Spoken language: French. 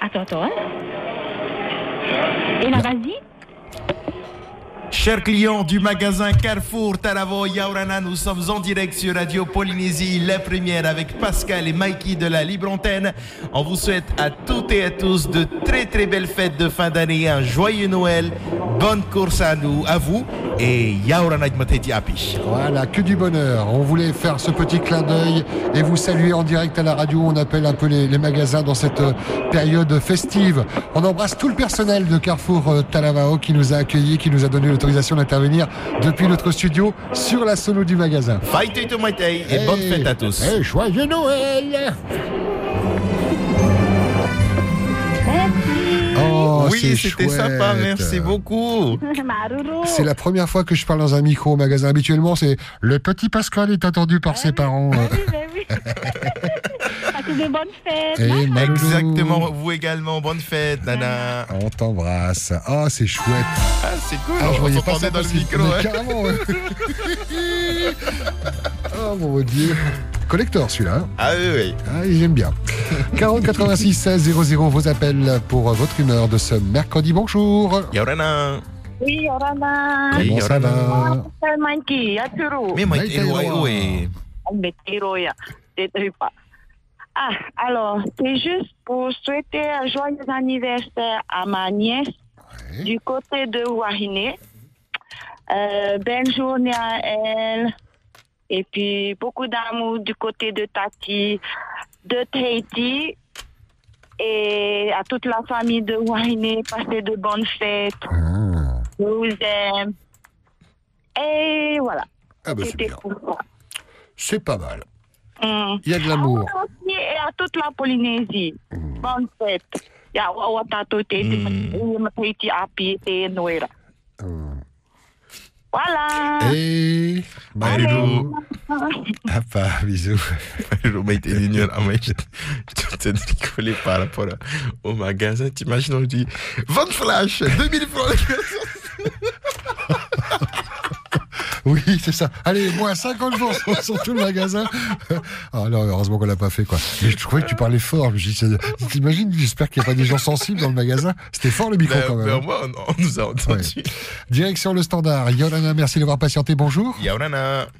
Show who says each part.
Speaker 1: Attends, attends. Et là, vas-y.
Speaker 2: Chers clients du magasin Carrefour Taravo Yaurana, nous sommes en direct sur Radio Polynésie, la première avec Pascal et Mikey de la Libre Antenne. On vous souhaite à toutes et à tous de très très belles fêtes de fin d'année, un joyeux Noël, bonne course à nous, à vous et Yaurana Mateti Apish.
Speaker 3: Voilà, que du bonheur. On voulait faire ce petit clin d'œil et vous saluer en direct à la radio. On appelle un peu les, les magasins dans cette euh, période festive. On embrasse tout le personnel de Carrefour euh, Talavao qui nous a accueillis, qui nous a donné l'autorisation d'intervenir depuis notre studio sur la solo du magasin.
Speaker 2: Fight it, Matei, et bonne
Speaker 3: Hey,
Speaker 2: fête à tous.
Speaker 3: hey, joyeux Noël Oh,
Speaker 2: oui,
Speaker 3: c'est
Speaker 2: c'était
Speaker 3: chouette.
Speaker 2: sympa, merci beaucoup.
Speaker 1: Maruru.
Speaker 3: C'est la première fois que je parle dans un micro au magasin. Habituellement, c'est le petit Pascal est attendu par ses parents. euh,
Speaker 1: Ah oui, ben oui. Passez de bonnes fêtes.
Speaker 3: Et Malou.
Speaker 2: Exactement, vous également, bonne fête, Nana.
Speaker 3: On t'embrasse. Ah, c'est chouette.
Speaker 2: Ah, c'est cool,
Speaker 3: Ah, je
Speaker 2: on
Speaker 3: voyais pas
Speaker 2: s'entendait dans le
Speaker 3: ça parce que-
Speaker 2: micro.
Speaker 3: mais
Speaker 2: hein.
Speaker 3: carrément, ouais. oh mon dieu. Collector celui-là.
Speaker 2: Ah oui, oui.
Speaker 3: Ah, J'aime bien. 40 86 16 00 vos appels pour euh, votre humeur de ce mercredi. Bonjour.
Speaker 2: Yaurana.
Speaker 1: Oui, Orana.
Speaker 3: Comment ça va
Speaker 1: Salmanki, Aturu.
Speaker 2: Mais moi, t'es
Speaker 3: Maïtaïwa.
Speaker 2: loin, oui.
Speaker 1: Metiroya. Détruis pas. Ah, alors, c'est juste pour souhaiter un joyeux anniversaire à ma nièce du côté de Wahine. Euh, belle journée à elle. Et puis, beaucoup d'amour du côté de Tati, de Tahiti. Et à toute la famille de Wahine, passez de bonnes fêtes.
Speaker 3: Ah,
Speaker 1: Je vous aime. Et voilà,
Speaker 3: ah bah, c'est
Speaker 1: c'était
Speaker 3: bien.
Speaker 1: pour moi.
Speaker 3: C'est pas mal.
Speaker 1: Mm.
Speaker 3: Il y a de
Speaker 1: À vous
Speaker 3: l'amour.
Speaker 1: aussi et à toute la Polynésie. Bonne fête. Ya wawa tatou te te te te api te noera. Voilà.
Speaker 3: Et.
Speaker 2: Maïrou.
Speaker 3: Ah, pas, bisous.
Speaker 2: Maïrou, Maïté Junior. Ah, mais je je te dis rigoler par rapport à- au magasin. T'imagines, on dit 20 flash, 2000 francs.
Speaker 3: Oui, c'est ça. Allez, moins 50% sur tout le magasin. Ah non, heureusement qu'on l'a pas fait, quoi. Mais je trouvais que tu parlais fort. Je me suis dit, c'est- T'imagines, j'espère qu'il n'y a pas des gens sensibles dans le magasin. C'était fort le micro
Speaker 2: Mais
Speaker 3: quand
Speaker 2: mais au
Speaker 3: même. hein.
Speaker 2: moins, on, on nous a entendu.
Speaker 3: Direction le standard. Yolana, merci d'avoir patienté. Bonjour.
Speaker 2: Yaurana.